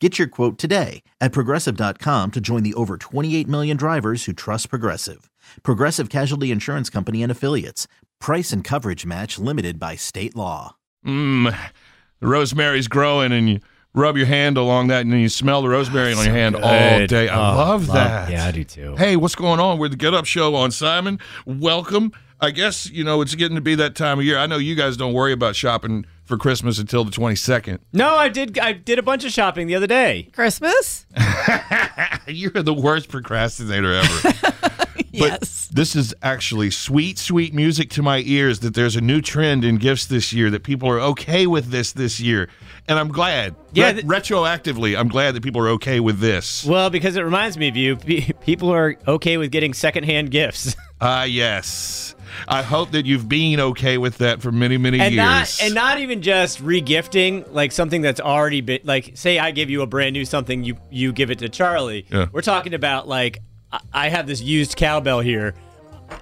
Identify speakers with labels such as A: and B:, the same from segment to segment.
A: Get your quote today at progressive.com to join the over 28 million drivers who trust Progressive. Progressive Casualty Insurance Company and Affiliates. Price and coverage match limited by state law.
B: Mmm, the rosemary's growing, and you rub your hand along that, and then you smell the rosemary on your hand all
C: Good.
B: day. I
C: Oh,
B: love that.
C: Yeah, I do too.
B: Hey, what's going on? We're the Get Up Show on Simon. Welcome. I guess, you know, it's getting to be that time of year. I know you guys don't worry about shopping for Christmas until the 22nd.
C: No, I did. I did a bunch of shopping the other day.
D: Christmas?
B: You're the worst procrastinator ever.
D: yes.
B: But this is actually sweet, sweet music to my ears that there's a new trend in gifts this year that people are okay with this this year. And I'm glad.
C: Yeah,
B: Re-
C: th-
B: retroactively, I'm glad that people are okay with this.
C: Well, because it reminds me of you. Pe- People are okay with getting secondhand gifts,
B: Ah, yes. I hope that you've been okay with that for many, many
C: and
B: years.
C: not and not even just regifting, like something that's already been like. Say, I give you a brand new something, you you give it to Charlie.
B: Yeah.
C: We're talking about like I- I have this used cowbell here,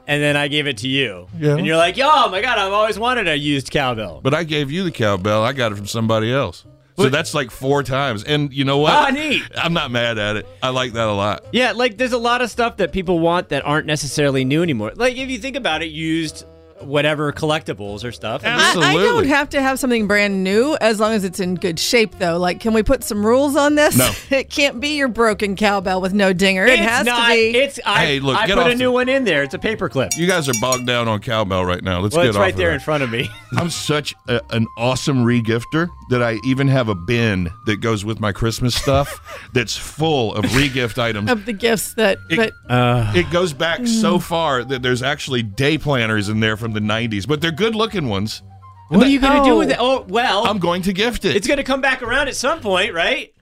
C: and then I gave it to you,
B: Yeah.
C: and you're like, oh my god, I've always wanted a used cowbell.
B: But I gave you the cowbell. I got it from somebody else. So that's like four times. And you know what?
C: Ah, neat.
B: I'm not mad at it. I like that a lot.
C: Yeah, like there's a lot of stuff that people want that aren't necessarily new anymore. Like if you think about it, used whatever collectibles or stuff. I mean,
D: I, I don't
B: Absolutely.
D: have to have something brand new as long as it's in good shape, though. Like, can we put some rules on this?
B: No.
D: it can't be your broken cowbell with no dinger. it
C: it's
D: has
C: not,
D: to be.
C: It's I,
B: Hey, look,
C: I
B: get
C: put
B: off
C: a new
B: the-
C: one in there. It's a paperclip.
B: You guys are bogged down on cowbell right now. Let's
C: Well,
B: get
C: it's
B: off
C: right
B: of
C: there
B: that.
C: in front of me.
B: I'm such a, an awesome regifter that I even have a bin that goes with my Christmas stuff that's full of regift items.
D: of the gifts that,
B: It-
D: that
B: it goes
C: Mm.
B: back so far that there's actually day planners in there from the 90s, but they're good looking ones.
C: What are you gonna do
D: Oh.
C: with it? Oh well,
B: I'm going to gift it.
C: it's gonna come back around at some point, right?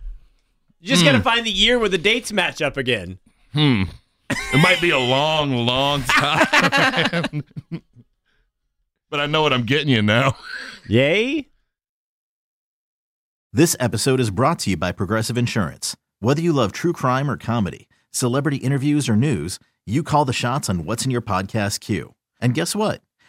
C: You just
B: Hmm.
C: gotta find the year where the dates match up again.
B: it might be a long, long time. but I know what I'm getting you now.
C: Yay!
A: This episode is brought to you by Progressive Insurance. Whether you love true crime or comedy, celebrity interviews or news, you call the shots on what's in your podcast queue. And guess what?